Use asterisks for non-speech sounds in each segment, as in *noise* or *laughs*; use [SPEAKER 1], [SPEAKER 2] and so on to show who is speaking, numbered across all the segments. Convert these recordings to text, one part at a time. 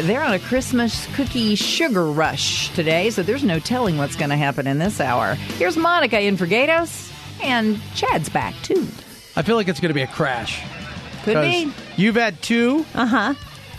[SPEAKER 1] they're on a Christmas cookie sugar rush today, so there's no telling what's going to happen in this hour. Here's Monica in for Gatos, and Chad's back too.
[SPEAKER 2] I feel like it's going to be a crash.
[SPEAKER 1] Could
[SPEAKER 2] 'Cause
[SPEAKER 1] be.
[SPEAKER 2] You've had two.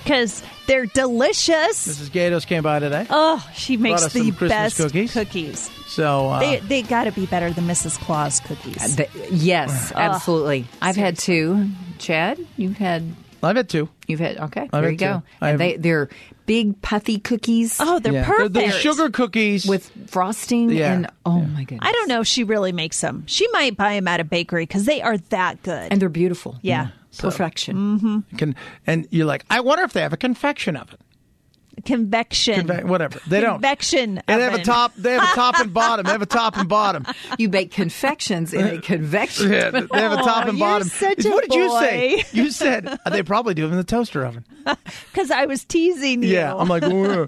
[SPEAKER 3] because they're delicious.
[SPEAKER 2] Mrs. Gatos came by today,
[SPEAKER 3] Oh, she makes
[SPEAKER 2] us
[SPEAKER 3] the
[SPEAKER 2] some Christmas
[SPEAKER 3] best
[SPEAKER 2] cookies. so uh,
[SPEAKER 3] They they got to be better than Mrs. Claus cookies.
[SPEAKER 1] Th-
[SPEAKER 2] *sighs*
[SPEAKER 1] yes, absolutely. I've had two. Chad, you've had
[SPEAKER 2] I've had two.
[SPEAKER 1] you've had okay.
[SPEAKER 2] I've
[SPEAKER 1] there
[SPEAKER 2] had
[SPEAKER 1] you go.
[SPEAKER 2] two. I
[SPEAKER 1] And they
[SPEAKER 2] haven't-
[SPEAKER 1] they're big puffy cookies
[SPEAKER 3] Oh, they're
[SPEAKER 2] Yeah.
[SPEAKER 3] perfect.
[SPEAKER 2] They're, they're sugar cookies
[SPEAKER 1] with frosting
[SPEAKER 2] Yeah.
[SPEAKER 1] and oh my goodness.
[SPEAKER 3] I don't know if she really makes them. She might buy them at a bakery because they are that good.
[SPEAKER 1] And they're beautiful.
[SPEAKER 3] yeah.
[SPEAKER 1] Perfection.
[SPEAKER 2] Mm. Can, and you're like, I wonder if they have a confection oven.
[SPEAKER 3] Convection.
[SPEAKER 2] Conve- whatever. They don't.
[SPEAKER 3] Convection
[SPEAKER 2] And they have a
[SPEAKER 3] oven.
[SPEAKER 2] top. They have a top and bottom. They have a top and
[SPEAKER 3] *laughs*
[SPEAKER 2] bottom.
[SPEAKER 1] You bake confections
[SPEAKER 2] *laughs*
[SPEAKER 1] in a convection.
[SPEAKER 2] Yeah, they have a top
[SPEAKER 3] Aw,
[SPEAKER 2] and
[SPEAKER 3] you're
[SPEAKER 2] bottom.
[SPEAKER 3] such a
[SPEAKER 2] what did you say?
[SPEAKER 3] boy.
[SPEAKER 2] You said uh, they probably do them in the toaster oven.
[SPEAKER 3] Because I was teasing you.
[SPEAKER 2] Yeah, I'm like,
[SPEAKER 3] *laughs*
[SPEAKER 2] "Whoa."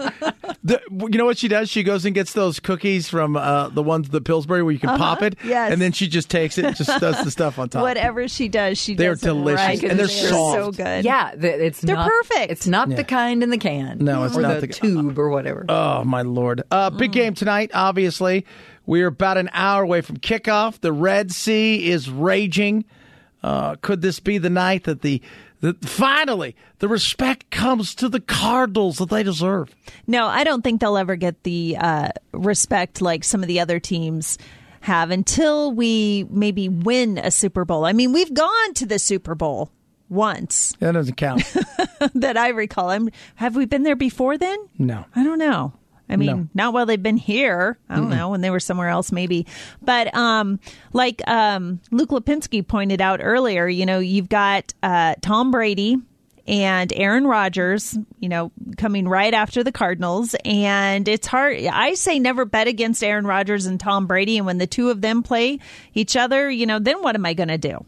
[SPEAKER 2] The- you know what she does? She goes and gets those cookies from uh, the ones the Pillsbury where you can pop it,
[SPEAKER 3] Uh-huh. yes.
[SPEAKER 2] and then she just takes it, and just does the stuff on top.
[SPEAKER 3] Whatever she does, she
[SPEAKER 2] They're
[SPEAKER 3] does it
[SPEAKER 2] delicious,
[SPEAKER 3] right.
[SPEAKER 2] and they're
[SPEAKER 3] so
[SPEAKER 2] soft.
[SPEAKER 3] good.
[SPEAKER 1] Yeah, th- it's
[SPEAKER 3] They're
[SPEAKER 1] not-
[SPEAKER 3] perfect.
[SPEAKER 1] It's not
[SPEAKER 2] Yeah.
[SPEAKER 1] the kind in the can.
[SPEAKER 2] No, it's
[SPEAKER 1] or
[SPEAKER 2] not
[SPEAKER 1] the,
[SPEAKER 2] the-
[SPEAKER 1] tube or whatever.
[SPEAKER 2] Oh my lord! Uh, big
[SPEAKER 3] Mm.
[SPEAKER 2] game tonight. Obviously, we're about an hour away from kickoff. The Red Sea is raging. Uh, could this be the night that the, the finally the respect comes to the Cardinals that they deserve?
[SPEAKER 3] No, I don't think they'll ever get the uh, respect like some of the other teams have until we maybe win a Super Bowl. I mean, we've gone to the Super Bowl once *laughs*
[SPEAKER 2] That doesn't count.
[SPEAKER 3] that I recall. I'm, have we been there before then?
[SPEAKER 2] No.
[SPEAKER 3] I don't know. I mean,
[SPEAKER 2] No.
[SPEAKER 3] not while they've been here. I don't know when they were somewhere else, maybe. But um, like um, Luke Lipinski pointed out earlier, you know, you've got uh, Tom Brady and Aaron Rodgers, you know, coming right after the Cardinals, and it's hard. I say never bet against Aaron Rodgers and Tom Brady, and when the two of them play each other, you know, then what am I going to do?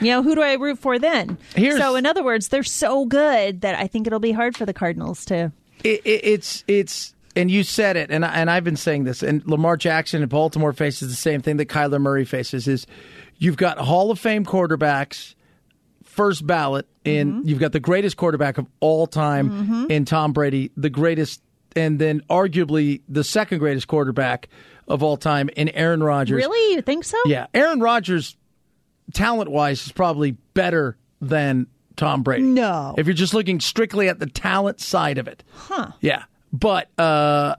[SPEAKER 3] You know, who do I root for then?
[SPEAKER 2] Here's-
[SPEAKER 3] so, in other words, they're so good that I think it'll be hard for the Cardinals to
[SPEAKER 2] it, it, it's it's and you said it, and I, and I've been saying this. And Lamar Jackson in Baltimore faces the same thing that Kyler Murray faces: is you've got Hall of Fame quarterbacks, first ballot, and you've got the greatest quarterback of all time in Tom Brady, the greatest, and then arguably the second greatest quarterback of all time in Aaron Rodgers.
[SPEAKER 3] Really? You think so?
[SPEAKER 2] Yeah, Aaron Rodgers, talent wise, is probably better than Tom Brady.
[SPEAKER 3] No.
[SPEAKER 2] if you're just looking strictly at the talent side of it. Huh. Yeah, but uh,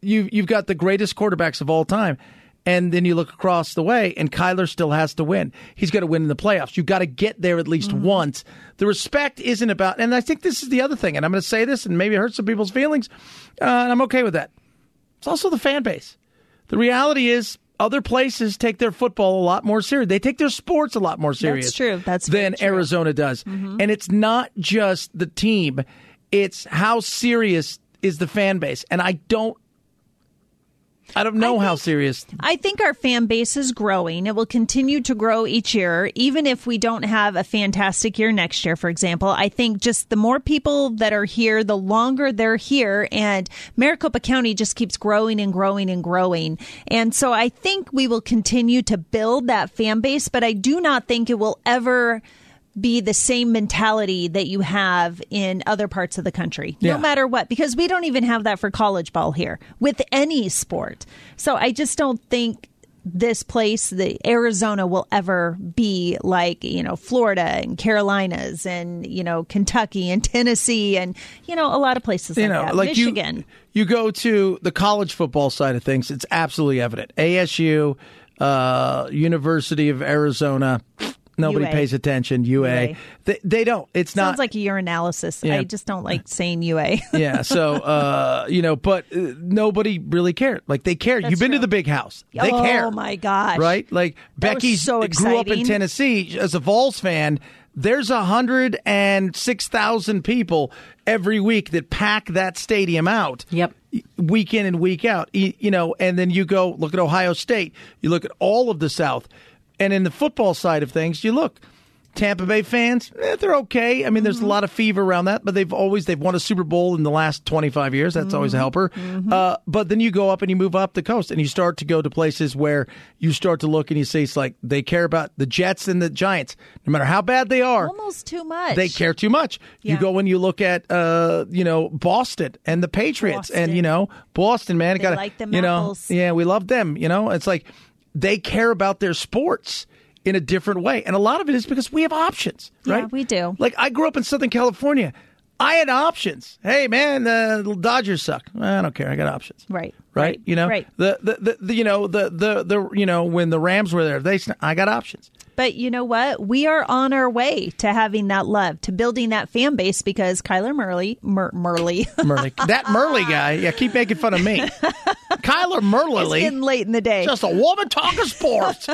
[SPEAKER 2] you you've got the greatest quarterbacks of all time, and then you look across the way, and Kyler still has to win. He's got to win in the playoffs. You've got to get there at least once. The respect isn't about, and I think this is the other thing, and I'm going to say this, and maybe it hurts some people's feelings, uh, and I'm okay with that. It's also the fan base. The reality is, other places take their football a lot more serious. They take their sports a lot more serious.
[SPEAKER 3] true. That's very
[SPEAKER 2] than
[SPEAKER 3] true. Mm-hmm.
[SPEAKER 2] Arizona does, and it's not just the team; it's how serious is the fan base. And I don't, I don't know how serious.
[SPEAKER 3] I think our fan base is growing. It will continue to grow each year, even if we don't have a fantastic year next year, for example. I think just the more people that are here, the longer they're here. And Maricopa County just keeps growing and growing and growing. And so I think we will continue to build that fan base, but I do not think it will ever be the same mentality that you have in other parts of the country,
[SPEAKER 2] Yeah.
[SPEAKER 3] no matter what, because we don't even have that for college ball here with any sport. So I just don't think this place, the Arizona, will ever be like you know Florida and Carolinas and you know Kentucky and *laughs* Tennessee and you know a lot of places
[SPEAKER 2] You
[SPEAKER 3] like
[SPEAKER 2] know,
[SPEAKER 3] that.
[SPEAKER 2] like
[SPEAKER 3] Michigan.
[SPEAKER 2] you, you go to the college football side of things; it's absolutely evident. ASU, uh, University of Arizona. Nobody
[SPEAKER 3] UA.
[SPEAKER 2] pays attention. UA,
[SPEAKER 3] UA.
[SPEAKER 2] They, they don't. It's not
[SPEAKER 3] Sounds like your analysis.
[SPEAKER 2] Yeah.
[SPEAKER 3] I just don't like saying *laughs* UA.
[SPEAKER 2] yeah. So uh, you know, but uh, nobody really cared. Like they cared. You've been to
[SPEAKER 3] true.
[SPEAKER 2] the big house. They
[SPEAKER 3] Oh,
[SPEAKER 2] care.
[SPEAKER 3] my gosh.
[SPEAKER 2] Right? Like
[SPEAKER 3] That was
[SPEAKER 2] Becky
[SPEAKER 3] so
[SPEAKER 2] grew up in
[SPEAKER 3] exciting.
[SPEAKER 2] Tennessee as a Vols fan. There's hundred and six thousand people every week that pack that stadium out.
[SPEAKER 1] Yep.
[SPEAKER 2] Week in and week out. Y- You know, and then you go look at Ohio State. You look at all of the South, and in the football side of things, you look. Tampa Bay fans, eh, they're okay. I mean, there's a lot of fever around that, but they've always they've won a Super Bowl in the last 25 years. That's always a helper. Uh, but then you go up and you move up the coast and you start to go to places where you start to look and you see it's like they care about the Jets and the Giants, no matter how bad they are.
[SPEAKER 3] Almost too much.
[SPEAKER 2] They care too much.
[SPEAKER 3] Yeah.
[SPEAKER 2] You go and you look at, uh, you know, Boston and the Patriots, and you know, Boston, man,
[SPEAKER 3] They
[SPEAKER 2] got
[SPEAKER 3] like them
[SPEAKER 2] you know,
[SPEAKER 3] apples.
[SPEAKER 2] yeah, we love them. You know, it's like they care about their sports in a different way, and a lot of it is because we have options,
[SPEAKER 3] Yeah,
[SPEAKER 2] right?
[SPEAKER 3] we do.
[SPEAKER 2] Like I grew up in Southern California, I had options. Hey, man, the Dodgers suck. I don't care. I got options.
[SPEAKER 3] Right.
[SPEAKER 2] Right,
[SPEAKER 3] Right.
[SPEAKER 2] you know
[SPEAKER 3] Right.
[SPEAKER 2] the, the, the the you know the the the you know when the Rams were there, they sn- I got options.
[SPEAKER 3] But you know what? We are on our way to having that love, to building that fan base because Kyler Murley, Mur- *laughs* Murley,
[SPEAKER 2] Murley. *laughs* That Murley guy, yeah, keep making fun
[SPEAKER 3] *laughs*
[SPEAKER 2] of me. Kyler
[SPEAKER 3] it's getting
[SPEAKER 2] Murley,
[SPEAKER 3] late in the day.
[SPEAKER 2] just a woman talking
[SPEAKER 3] *laughs*
[SPEAKER 2] sports.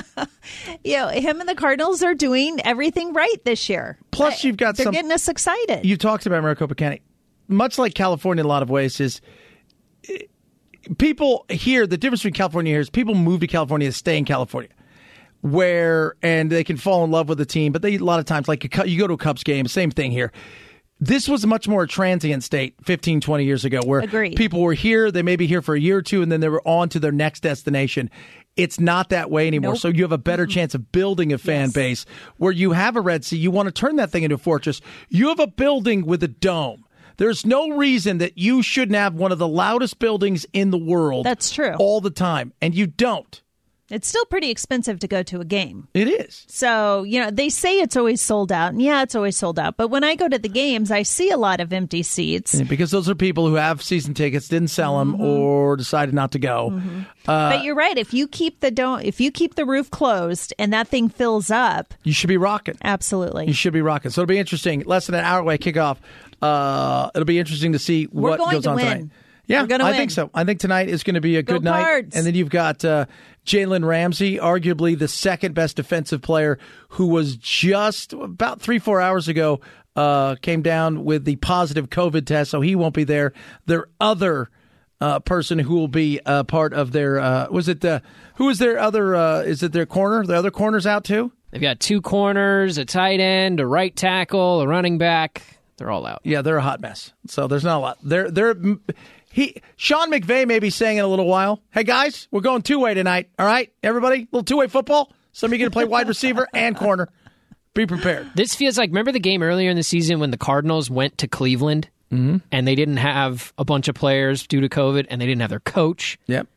[SPEAKER 3] you know, him and the Cardinals are doing everything right this year.
[SPEAKER 2] Plus, you've got
[SPEAKER 3] They're
[SPEAKER 2] some.
[SPEAKER 3] getting us excited.
[SPEAKER 2] you talked about Maricopa County, much like California in a lot of ways, is eh, people here, the difference between California here is people move to California to stay in California. Where and they can fall in love with the team, but they a lot of times like a Cu- you go to a Cubs game, same thing here. This was much more a transient state 15, 20 years ago, where
[SPEAKER 3] Agreed.
[SPEAKER 2] people were here, they may be here for a year or two, and then they were on to their next destination. It's not that way anymore.
[SPEAKER 3] Nope.
[SPEAKER 2] So you have a better chance of building a fan base where you have a Red Sea, you want to turn that thing into a fortress. You have a building with a dome. There's no reason that you shouldn't have one of the loudest buildings in the world.
[SPEAKER 3] That's true.
[SPEAKER 2] All the time. And you don't.
[SPEAKER 3] it's still pretty expensive to go to a game.
[SPEAKER 2] It is.
[SPEAKER 3] So, you know, they say it's always sold out. And yeah, it's always sold out. But when I go to the games, I see a lot of empty seats.
[SPEAKER 2] Because those are people who have season tickets, didn't sell them, or decided not to go. Uh,
[SPEAKER 3] but you're right. If you keep the don't if you keep the roof closed and that thing fills up,
[SPEAKER 2] You should be rocking.
[SPEAKER 3] absolutely.
[SPEAKER 2] You should be rocking. So it'll be interesting. Less than an hour away kickoff. Uh, it'll be interesting to see
[SPEAKER 3] We're
[SPEAKER 2] what
[SPEAKER 3] going
[SPEAKER 2] goes
[SPEAKER 3] to
[SPEAKER 2] on
[SPEAKER 3] win.
[SPEAKER 2] tonight. Yeah,
[SPEAKER 3] We're gonna
[SPEAKER 2] I
[SPEAKER 3] win.
[SPEAKER 2] think so. I think tonight is going to be a
[SPEAKER 3] Go
[SPEAKER 2] good night.
[SPEAKER 3] Cards.
[SPEAKER 2] And then you've got uh, Jalen Ramsey, arguably the second best defensive player, who was just about three, four hours ago uh, came down with the positive COVID test, so he won't be there. Their other uh, person who will be uh, part of their uh, was it the who was their other uh, is it their corner? The other corner's out too.
[SPEAKER 4] They've got two corners, a tight end, a right tackle, a running back. They're all out.
[SPEAKER 2] Yeah, they're a hot mess. So there's not a lot. They're they're he Sean McVay may be saying in a little while. Hey guys, we're going two way tonight. All right, everybody, little two way football. Some of you going to play wide receiver and corner. Be prepared.
[SPEAKER 4] This feels like remember the game earlier in the season when the Cardinals went to Cleveland and they didn't have a bunch of players due to COVID and they didn't have their coach.
[SPEAKER 2] Yep.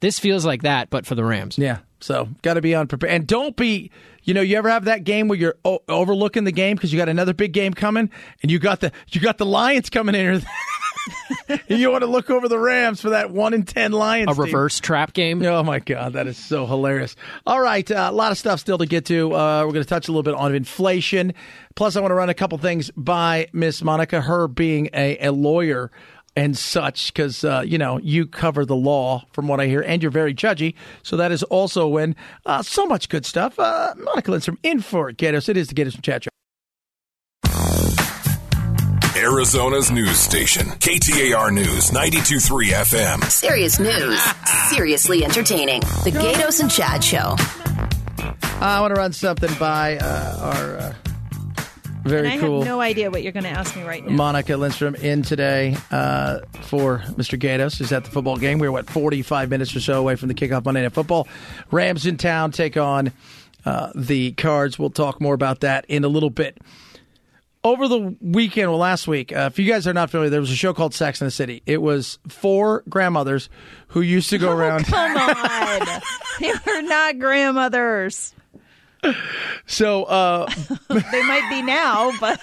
[SPEAKER 4] This feels like that, but for the Rams.
[SPEAKER 2] Yeah. So got to be on prepared and don't be. You know, you ever have that game where you're o- overlooking the game because you got another big game coming and you got the you got the Lions coming in. *laughs* and you want to look over the Rams for that one in ten Lions.
[SPEAKER 4] A
[SPEAKER 2] team.
[SPEAKER 4] reverse trap game.
[SPEAKER 2] Oh my God, that is so hilarious! All right, uh, a lot of stuff still to get to. Uh, we're going to touch a little bit on inflation. Plus, I want to run a couple things by Miss Monica, her being a, a lawyer and such, because uh, you know you cover the law from what I hear, and you're very judgy. So that is also when uh, so much good stuff. Uh, Monica Lindstrom in for Gators. It is the Gators from Chat. Show.
[SPEAKER 5] Arizona's news station, KTAR News 923 FM.
[SPEAKER 6] Serious news, seriously entertaining. The Gatos and Chad Show.
[SPEAKER 2] I want to run something by uh, our uh, very
[SPEAKER 3] And I
[SPEAKER 2] cool.
[SPEAKER 3] have no idea what you're going to ask
[SPEAKER 2] *laughs*
[SPEAKER 3] me right now.
[SPEAKER 2] Monica Lindstrom in today uh, for Mr. Gatos. who's at the football game. We're, what, 45 minutes or so away from the kickoff Monday Night Football. Rams in town take on uh, the Cards. We'll talk more about that in a little bit. Over the weekend, well, last week, uh, if you guys are not familiar, there was a show called Sex in the City. It was four grandmothers who used to
[SPEAKER 3] Oh,
[SPEAKER 2] go around.
[SPEAKER 3] Come on. they were not grandmothers.
[SPEAKER 2] *laughs* So, uh,
[SPEAKER 3] They might be now, but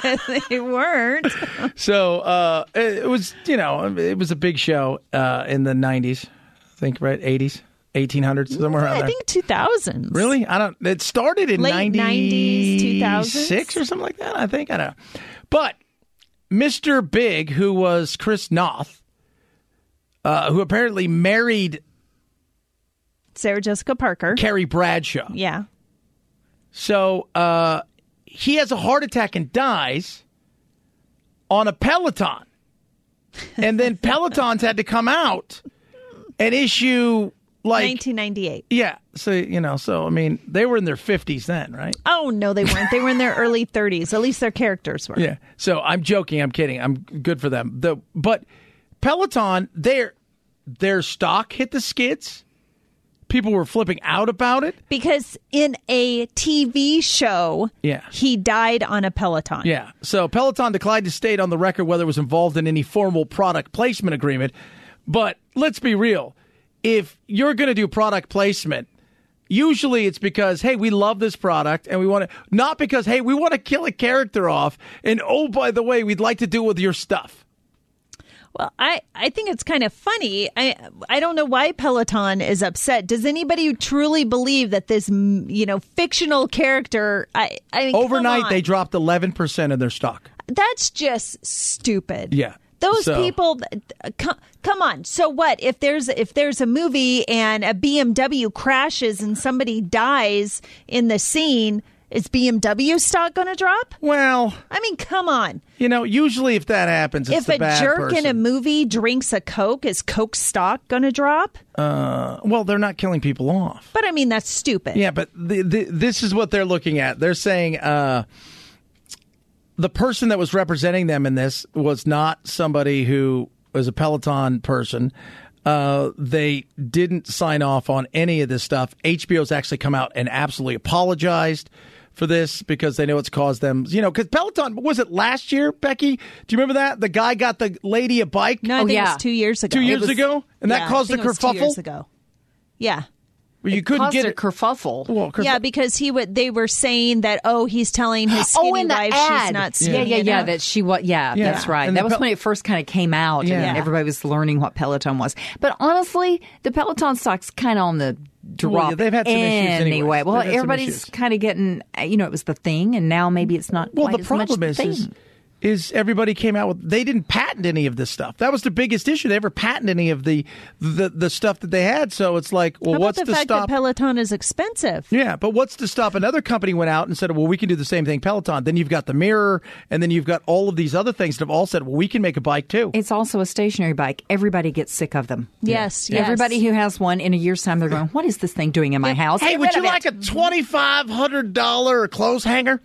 [SPEAKER 3] *laughs* they weren't.
[SPEAKER 2] So uh, it, it was, you know, it was a big show uh, in the '90s, I think, right? '80s, 1800s, somewhere around
[SPEAKER 3] I
[SPEAKER 2] there.
[SPEAKER 3] think 2000s.
[SPEAKER 2] Really? I don't. It started in
[SPEAKER 3] Late 90s,
[SPEAKER 2] 96 or something like that. I think I don't. know. But Mr. Big, who was Chris Noth, uh, who apparently married
[SPEAKER 3] Sarah Jessica Parker.
[SPEAKER 2] Carrie Bradshaw,
[SPEAKER 3] yeah.
[SPEAKER 2] so uh, he has a heart attack and dies on a Peloton, and then Pelotons had to come out and issue Like,
[SPEAKER 3] 1998.
[SPEAKER 2] yeah. So, you know, so, I mean, they were in their 50s then, right?
[SPEAKER 3] Oh no, they weren't. They
[SPEAKER 2] *laughs*
[SPEAKER 3] were in their early 30s. At least their characters were.
[SPEAKER 2] Yeah. So I'm joking. I'm kidding. I'm good for them. The but Peloton, their their stock hit the skids. People were flipping out about it.
[SPEAKER 3] Because in a TV show,
[SPEAKER 2] Yeah.
[SPEAKER 3] he died on a Peloton.
[SPEAKER 2] Yeah. So Peloton declined to state on the record whether it was involved in any formal product placement agreement. But let's be real. If you're going to do product placement, usually it's because, hey, we love this product and we want to, not because, hey, we want to kill a character off. And oh, by the way, we'd like to do with your stuff.
[SPEAKER 3] Well, I, I think it's kind of funny. I I don't know why Peloton is upset. Does anybody truly believe that this mm, you know fictional character? I I mean, come
[SPEAKER 2] Overnight,
[SPEAKER 3] on.
[SPEAKER 2] they dropped 11% of their stock.
[SPEAKER 3] that's just stupid.
[SPEAKER 2] Yeah.
[SPEAKER 3] Those
[SPEAKER 2] So-
[SPEAKER 3] people come, come on. So what if there's if there's a movie and a BMW crashes and somebody dies in the scene, is BMW stock going to drop?
[SPEAKER 2] Well,
[SPEAKER 3] I mean, come on.
[SPEAKER 2] you know, usually if that happens, it's
[SPEAKER 3] if
[SPEAKER 2] the
[SPEAKER 3] a
[SPEAKER 2] bad
[SPEAKER 3] jerk
[SPEAKER 2] person.
[SPEAKER 3] in a movie drinks a Coke, is Coke stock going to drop?
[SPEAKER 2] well, they're not killing people off.
[SPEAKER 3] But I mean, that's stupid.
[SPEAKER 2] Yeah, but the, the, this is what they're looking at. They're saying uh, the person that was representing them in this was not somebody who was a Peloton person. Uh, they didn't sign off on any of this stuff. HBO's actually come out and absolutely apologized for this because they know it's caused them, you know, because Peloton, was it last year, Becky? Do you remember that? The guy got the lady a bike.
[SPEAKER 3] No, I
[SPEAKER 1] Oh,
[SPEAKER 3] think it
[SPEAKER 1] yeah.
[SPEAKER 3] was two years ago.
[SPEAKER 2] Two years
[SPEAKER 3] It was-
[SPEAKER 2] ago? And that
[SPEAKER 3] Yeah, I
[SPEAKER 2] caused
[SPEAKER 3] think
[SPEAKER 2] a
[SPEAKER 3] it was two
[SPEAKER 2] kerfuffle?
[SPEAKER 3] years ago. Yeah.
[SPEAKER 2] Well, you couldn't
[SPEAKER 1] Caused
[SPEAKER 2] get
[SPEAKER 1] a
[SPEAKER 2] it.
[SPEAKER 1] kerfuffle.
[SPEAKER 2] well, kerf-
[SPEAKER 3] Yeah, because he would. They were saying that oh, he's telling *gasps* his skinny
[SPEAKER 1] oh, in the
[SPEAKER 3] wife
[SPEAKER 1] ad.
[SPEAKER 3] she's not
[SPEAKER 1] yeah,
[SPEAKER 3] skinny
[SPEAKER 1] yeah, yeah.
[SPEAKER 3] enough.
[SPEAKER 1] That she was. Yeah,
[SPEAKER 2] Yeah.
[SPEAKER 1] that's right.
[SPEAKER 2] And
[SPEAKER 1] that
[SPEAKER 2] the
[SPEAKER 1] was
[SPEAKER 2] Pel-
[SPEAKER 1] when it first kind of came out,
[SPEAKER 2] Yeah.
[SPEAKER 1] and everybody was learning what Peloton was. But honestly, the Peloton stock's kind of on the drop.
[SPEAKER 2] Well, yeah, they've had some issues anyways.
[SPEAKER 1] anyway. Well,
[SPEAKER 2] They've had some
[SPEAKER 1] everybody's
[SPEAKER 2] issues.
[SPEAKER 1] kind of getting. uh, You know, it was the thing, and now maybe it's not.
[SPEAKER 2] Well,
[SPEAKER 1] quite
[SPEAKER 2] the
[SPEAKER 1] as much
[SPEAKER 2] problem is,
[SPEAKER 1] thing.
[SPEAKER 2] is, is everybody came out with they didn't patent any of this stuff. That was the biggest issue. They ever patent any of the the, the stuff that they had. So it's like, well,
[SPEAKER 3] How about
[SPEAKER 2] what's
[SPEAKER 3] the
[SPEAKER 2] to
[SPEAKER 3] fact
[SPEAKER 2] stop?
[SPEAKER 3] that Peloton is expensive?
[SPEAKER 2] yeah, but what's to stop another company went out and said, well, we can do the same thing, Peloton. Then you've got the mirror, and then you've got all of these other things that have all said, well, we can make a bike too.
[SPEAKER 1] it's also a stationary bike. Everybody gets sick of them.
[SPEAKER 3] Yes, yes.
[SPEAKER 1] Everybody who has one in a year's time, they're going, "What is this thing doing in my house?"
[SPEAKER 2] Hey,
[SPEAKER 1] Get
[SPEAKER 2] would
[SPEAKER 1] rid
[SPEAKER 2] you
[SPEAKER 1] of it."
[SPEAKER 2] like a twenty five hundred dollar clothes hanger?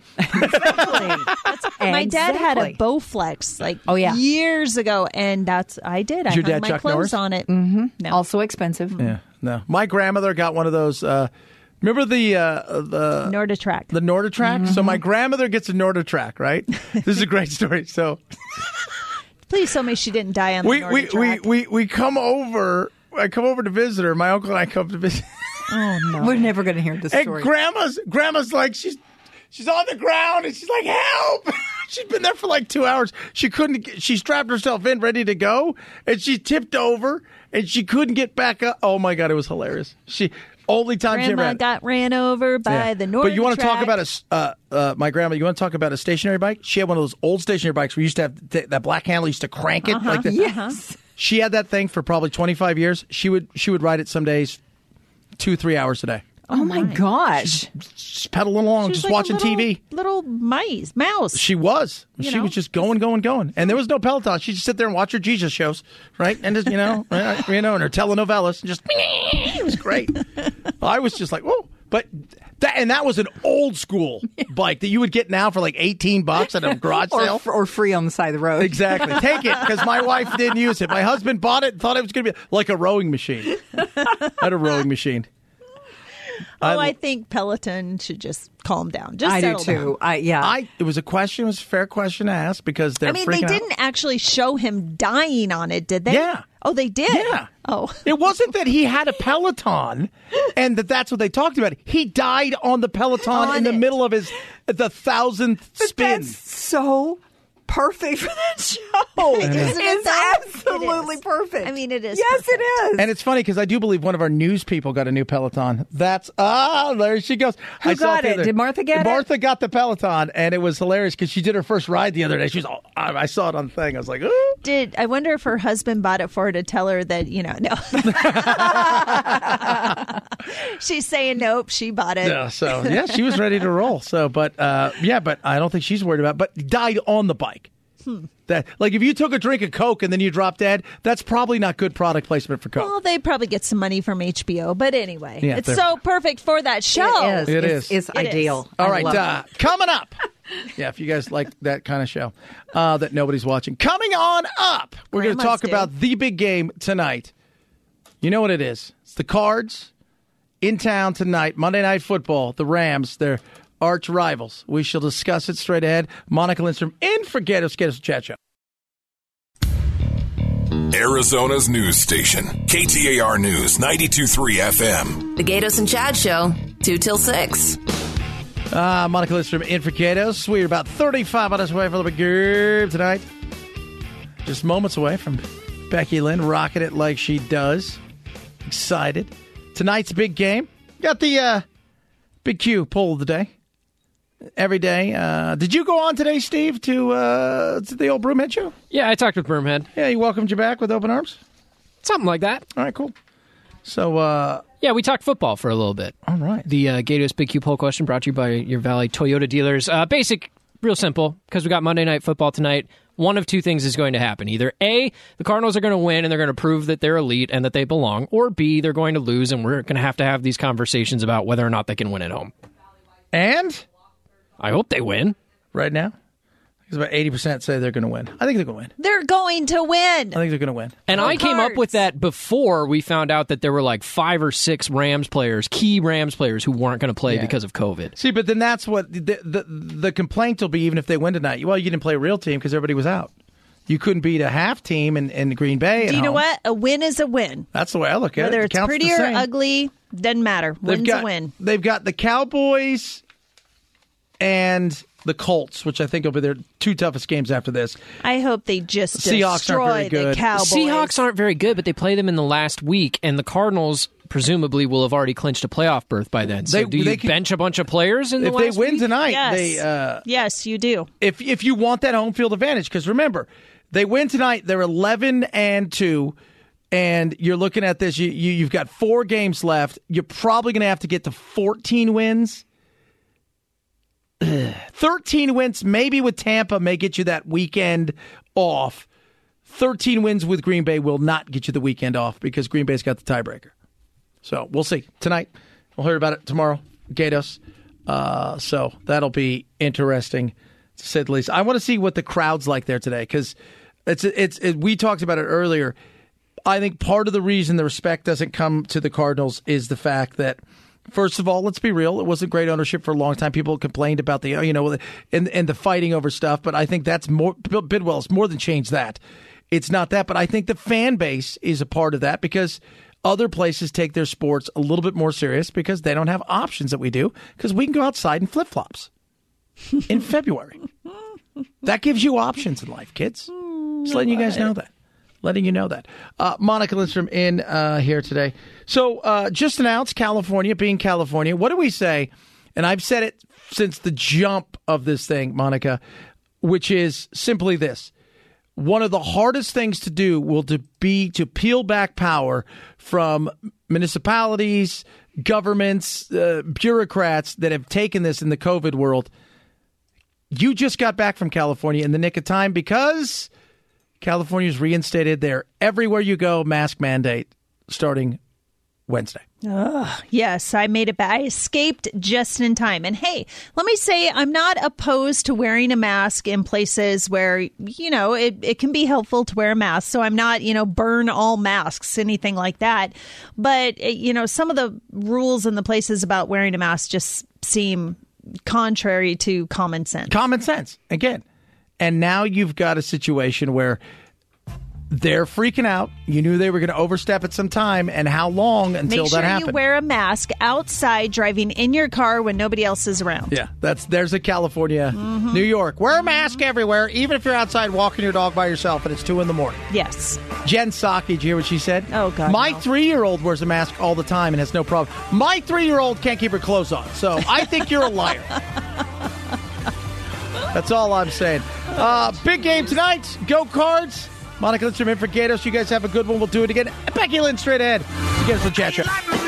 [SPEAKER 1] *laughs*
[SPEAKER 3] My dad had a
[SPEAKER 1] Exactly.
[SPEAKER 3] Bowflex like
[SPEAKER 1] Oh, yeah.
[SPEAKER 3] years ago, and that's I did. I
[SPEAKER 2] your
[SPEAKER 3] hung
[SPEAKER 2] dad
[SPEAKER 3] my
[SPEAKER 2] Chuck
[SPEAKER 3] clothes
[SPEAKER 2] Norris?
[SPEAKER 3] on it. Mm-hmm.
[SPEAKER 1] Also expensive.
[SPEAKER 2] Yeah, no. My grandmother got one of those. Uh, remember the uh, the
[SPEAKER 3] Norditrack. Mm-hmm.
[SPEAKER 2] The Norditrack. So my grandmother gets a Norditrack,
[SPEAKER 3] *laughs*
[SPEAKER 2] right? this is a great story. So
[SPEAKER 3] Please tell me she didn't die on
[SPEAKER 2] we
[SPEAKER 3] the
[SPEAKER 2] we, we
[SPEAKER 3] Norditrack.
[SPEAKER 2] we we come over. I come over to visit her. My uncle and I come to
[SPEAKER 3] *laughs*
[SPEAKER 2] visit.
[SPEAKER 1] We're never going to hear this
[SPEAKER 2] And
[SPEAKER 1] story.
[SPEAKER 2] grandma's grandma's like she's she's on the ground and she's like help. *laughs* she's been there for like two hours. She couldn't. Get, she strapped herself in, ready to go, and she tipped over and she couldn't get back up. Oh my god, it was hilarious. She only time she ever
[SPEAKER 3] Grandma
[SPEAKER 2] had it.
[SPEAKER 3] got ran over by
[SPEAKER 2] Yeah.
[SPEAKER 3] Uh, the Norditrack.
[SPEAKER 2] But you want to talk about a s- uh, uh, my grandma? You want to talk about a stationary bike? She had one of those old stationary bikes. We used to have th- that black handle. Used to crank
[SPEAKER 3] Uh-huh.
[SPEAKER 2] it like that.
[SPEAKER 1] yes.
[SPEAKER 2] She had that thing for probably twenty five years. She would she would ride it some days, two three hours a day,
[SPEAKER 1] Oh my gosh.
[SPEAKER 2] just pedaling along,
[SPEAKER 3] She was
[SPEAKER 2] just
[SPEAKER 3] like a
[SPEAKER 2] watching
[SPEAKER 3] little-
[SPEAKER 2] TV.
[SPEAKER 3] Little mice, mouse.
[SPEAKER 2] She was. she
[SPEAKER 3] know?
[SPEAKER 2] was just going, going, going, and there was no Peloton. She just sit there and watch her Jesus shows, right? And just you
[SPEAKER 3] *laughs*
[SPEAKER 2] know, right, you know, and her telenovelas, and just *laughs* it was
[SPEAKER 3] *laughs*
[SPEAKER 2] great. I was just like, whoa! But that and that was an old
[SPEAKER 3] *laughs*
[SPEAKER 2] school bike that you would get now for like eighteen bucks at a garage sale.
[SPEAKER 1] Or, or free on the side of the road.
[SPEAKER 2] exactly. Take it because my wife didn't use it. My husband bought it and thought it was going to be like a rowing
[SPEAKER 3] *laughs*
[SPEAKER 2] machine. I had a rowing machine.
[SPEAKER 3] oh, I think Peloton should just calm down. Just
[SPEAKER 1] I do
[SPEAKER 3] settle down.
[SPEAKER 1] too. I yeah.
[SPEAKER 2] I it was a question. It was a fair question to ask because they're.
[SPEAKER 3] I mean, they
[SPEAKER 2] freaking out.
[SPEAKER 3] didn't actually show him dying on it, did they?
[SPEAKER 2] Yeah.
[SPEAKER 3] Oh, they did.
[SPEAKER 2] Yeah.
[SPEAKER 3] Oh. *laughs*
[SPEAKER 2] *laughs* It wasn't that he had a Peloton and that that's what they talked about. He died on the Peloton
[SPEAKER 3] On
[SPEAKER 2] in the
[SPEAKER 3] it.
[SPEAKER 2] middle of his the thousandth
[SPEAKER 1] but
[SPEAKER 2] spin.
[SPEAKER 1] that's so perfect for that show.
[SPEAKER 3] Isn't it
[SPEAKER 1] it's
[SPEAKER 3] though?
[SPEAKER 1] absolutely
[SPEAKER 3] It is.
[SPEAKER 1] perfect.
[SPEAKER 3] I mean, it is
[SPEAKER 1] Yes,
[SPEAKER 3] perfect.
[SPEAKER 1] it is.
[SPEAKER 2] And it's funny because I do believe one of our news people got a new Peloton. That's ah, there she goes.
[SPEAKER 1] Who
[SPEAKER 2] I saw
[SPEAKER 1] got
[SPEAKER 2] the
[SPEAKER 1] it?
[SPEAKER 2] other-
[SPEAKER 1] Did Martha get it?
[SPEAKER 2] Martha got the Peloton, and it was hilarious because she did her first ride the other day. She was, all, I, I saw it on the thing. I was like, ooh.
[SPEAKER 3] Did I wonder if her husband bought it for her to tell her that you know
[SPEAKER 2] *laughs*
[SPEAKER 3] no? She's saying nope. She bought it.
[SPEAKER 2] Yeah, so yeah, she was ready to roll. So, but uh, yeah, but I don't think she's worried about. But died on the bike. That like if you took a drink of Coke and then you dropped ad, that's probably not good product placement for Coke.
[SPEAKER 3] Well, they probably get some money from HBO, but anyway,
[SPEAKER 2] Yeah,
[SPEAKER 3] it's
[SPEAKER 2] they're-
[SPEAKER 3] so perfect for that show.
[SPEAKER 1] It is.
[SPEAKER 2] It
[SPEAKER 1] It's-
[SPEAKER 2] is.
[SPEAKER 1] It's
[SPEAKER 3] It is.
[SPEAKER 1] ideal.
[SPEAKER 2] All
[SPEAKER 1] I
[SPEAKER 2] right,
[SPEAKER 1] love
[SPEAKER 2] uh,
[SPEAKER 1] it.
[SPEAKER 2] coming up. *laughs* Yeah, if you guys like that kind of show uh, that nobody's watching, coming on up, we're going to
[SPEAKER 3] Grandmas
[SPEAKER 2] talk
[SPEAKER 3] do.
[SPEAKER 2] about the big game tonight. You know what it is? It's the Cards in town tonight, Monday Night Football. The Rams, their arch rivals. We shall discuss it straight ahead. Monica Lindstrom in for Get Us, Get Us Chat Show.
[SPEAKER 5] Arizona's news station, KTAR News 923 FM.
[SPEAKER 6] The Gatos and Chad Show, 2 till 6.
[SPEAKER 2] Uh, Monica Lindstrom in for Gatos. We're about 35 minutes away from the big game tonight. Just moments away from Becky Lynn rocking it like she does. Excited. Tonight's big game. Got the uh, big Q poll of the day. Every day. Uh, did you go on today, Steve, to, uh, to the old Broomhead show?
[SPEAKER 4] Yeah, I talked with Broomhead.
[SPEAKER 2] Yeah, he welcomed you back with open arms.
[SPEAKER 4] Something like that.
[SPEAKER 2] All right, cool. So, uh,
[SPEAKER 4] Yeah, we talked football for a little bit.
[SPEAKER 2] all right.
[SPEAKER 4] The uh, Gatos Big Q poll question brought to you by your Valley Toyota dealers. Uh, basic, real simple, because we got Monday Night Football tonight. One of two things is going to happen. Either A, the Cardinals are going to win and they're going to prove that they're elite and that they belong, or B, they're going to lose and we're going to have to have these conversations about whether or not they can win at home.
[SPEAKER 2] and
[SPEAKER 4] I hope they win.
[SPEAKER 2] right now, it's about 80% say they're going to win. I think they're going to win.
[SPEAKER 3] They're going to win.
[SPEAKER 2] I think they're going to win.
[SPEAKER 4] And I came up
[SPEAKER 3] Cards.
[SPEAKER 4] with that before we found out that there were like five or six Rams players, key Rams players, who weren't going to play because of COVID.
[SPEAKER 2] See, but then that's what the, the the complaint will be. Even if they win tonight, well, you didn't play a real team because everybody was out. You couldn't beat a half team in, in Green Bay.
[SPEAKER 3] Do you know what? A win is a win.
[SPEAKER 2] That's the way I look at
[SPEAKER 3] Whether
[SPEAKER 2] it.
[SPEAKER 3] it's
[SPEAKER 2] Counts the
[SPEAKER 3] pretty or
[SPEAKER 2] same.
[SPEAKER 3] ugly, doesn't matter.
[SPEAKER 2] They've
[SPEAKER 3] Win's
[SPEAKER 2] got,
[SPEAKER 3] a win.
[SPEAKER 2] They've got the Cowboys and the Colts, which I think will be their two toughest games after this.
[SPEAKER 3] I hope they just
[SPEAKER 2] Seahawks
[SPEAKER 3] destroy
[SPEAKER 2] aren't very
[SPEAKER 3] the
[SPEAKER 2] good.
[SPEAKER 3] Cowboys.
[SPEAKER 4] Seahawks aren't very good, but they play them in the last week, and the Cardinals presumably will have already clinched a playoff berth by then. So
[SPEAKER 2] They-
[SPEAKER 4] do you
[SPEAKER 2] they can-
[SPEAKER 4] bench a bunch of players in the
[SPEAKER 2] If they
[SPEAKER 4] last
[SPEAKER 2] win
[SPEAKER 4] week?
[SPEAKER 2] tonight,
[SPEAKER 3] Yes.
[SPEAKER 2] they uh,
[SPEAKER 3] yes, you do.
[SPEAKER 2] if if you want that home field advantage, because remember, they win tonight. They're eleven and two, and you're looking at this. You, you you've got four games left. You're probably going to have to get to fourteen wins. *clears throat* Thirteen wins, maybe with Tampa, may get you that weekend off. Thirteen wins with Green Bay will not get you the weekend off because Green Bay's got the tiebreaker. So we'll see tonight. We'll hear about it tomorrow. Gatos. Uh, so that'll be interesting to say the least. I want to see what the crowd's like there today because it's it's it, we talked about it earlier. I think part of the reason the respect doesn't come to the Cardinals is the fact that. First of all, let's be real. It wasn't great ownership for a long time. People complained about the, you know, and and the fighting over stuff. But I think that's more. Bill Bidwell's more than changed that. It's not that, but I think the fan base is a part of that because other places take their sports a little bit more serious because they don't have options that we do because we can go outside in flip flops in February. That gives you options in life, kids. Just letting you guys know that. Letting you know that. Uh, Monica Lindstrom in uh, here today. So uh, just announced California being California. What do we say? And I've said it since the jump of this thing, Monica, which is simply this one of the hardest things to do will to be to peel back power from municipalities, governments, uh, bureaucrats that have taken this in the COVID world. You just got back from California in the nick of time because California's reinstated their everywhere you go mask mandate starting Wednesday.
[SPEAKER 3] Yes, I made it back. I escaped just in time. And hey, let me say, I'm not opposed to wearing a mask in places where, you know, it, it can be helpful to wear a mask. So I'm not, you know, burn all masks, anything like that. But, eh, you know, some of the rules and the places about wearing a mask just seem contrary to common sense.
[SPEAKER 2] common sense again. And now you've got a situation where they're freaking out. You knew they were going to overstep at some time, and how long until
[SPEAKER 3] Make sure
[SPEAKER 2] that
[SPEAKER 3] you
[SPEAKER 2] happened?
[SPEAKER 3] wear a mask outside driving in your car when nobody else is around.
[SPEAKER 2] yeah, that's there's a California,
[SPEAKER 3] Mm-hmm.
[SPEAKER 2] New York. Wear a mask everywhere, even if you're outside walking your dog by yourself and it's two in the morning.
[SPEAKER 3] Yes.
[SPEAKER 2] Jen Psaki, did you hear what she said?
[SPEAKER 3] Oh, God,
[SPEAKER 2] My
[SPEAKER 3] no.
[SPEAKER 2] three-year-old wears a mask all the time and has no problem. My three-year-old can't keep her clothes on, so I think you're a liar. That's all I'm saying. Uh, big game tonight. Go Cards. Monica Lindstrom in for Gatos. You guys have a good one. We'll do it again. Becky Lynn straight ahead. You guys the chat show.
[SPEAKER 7] Lightning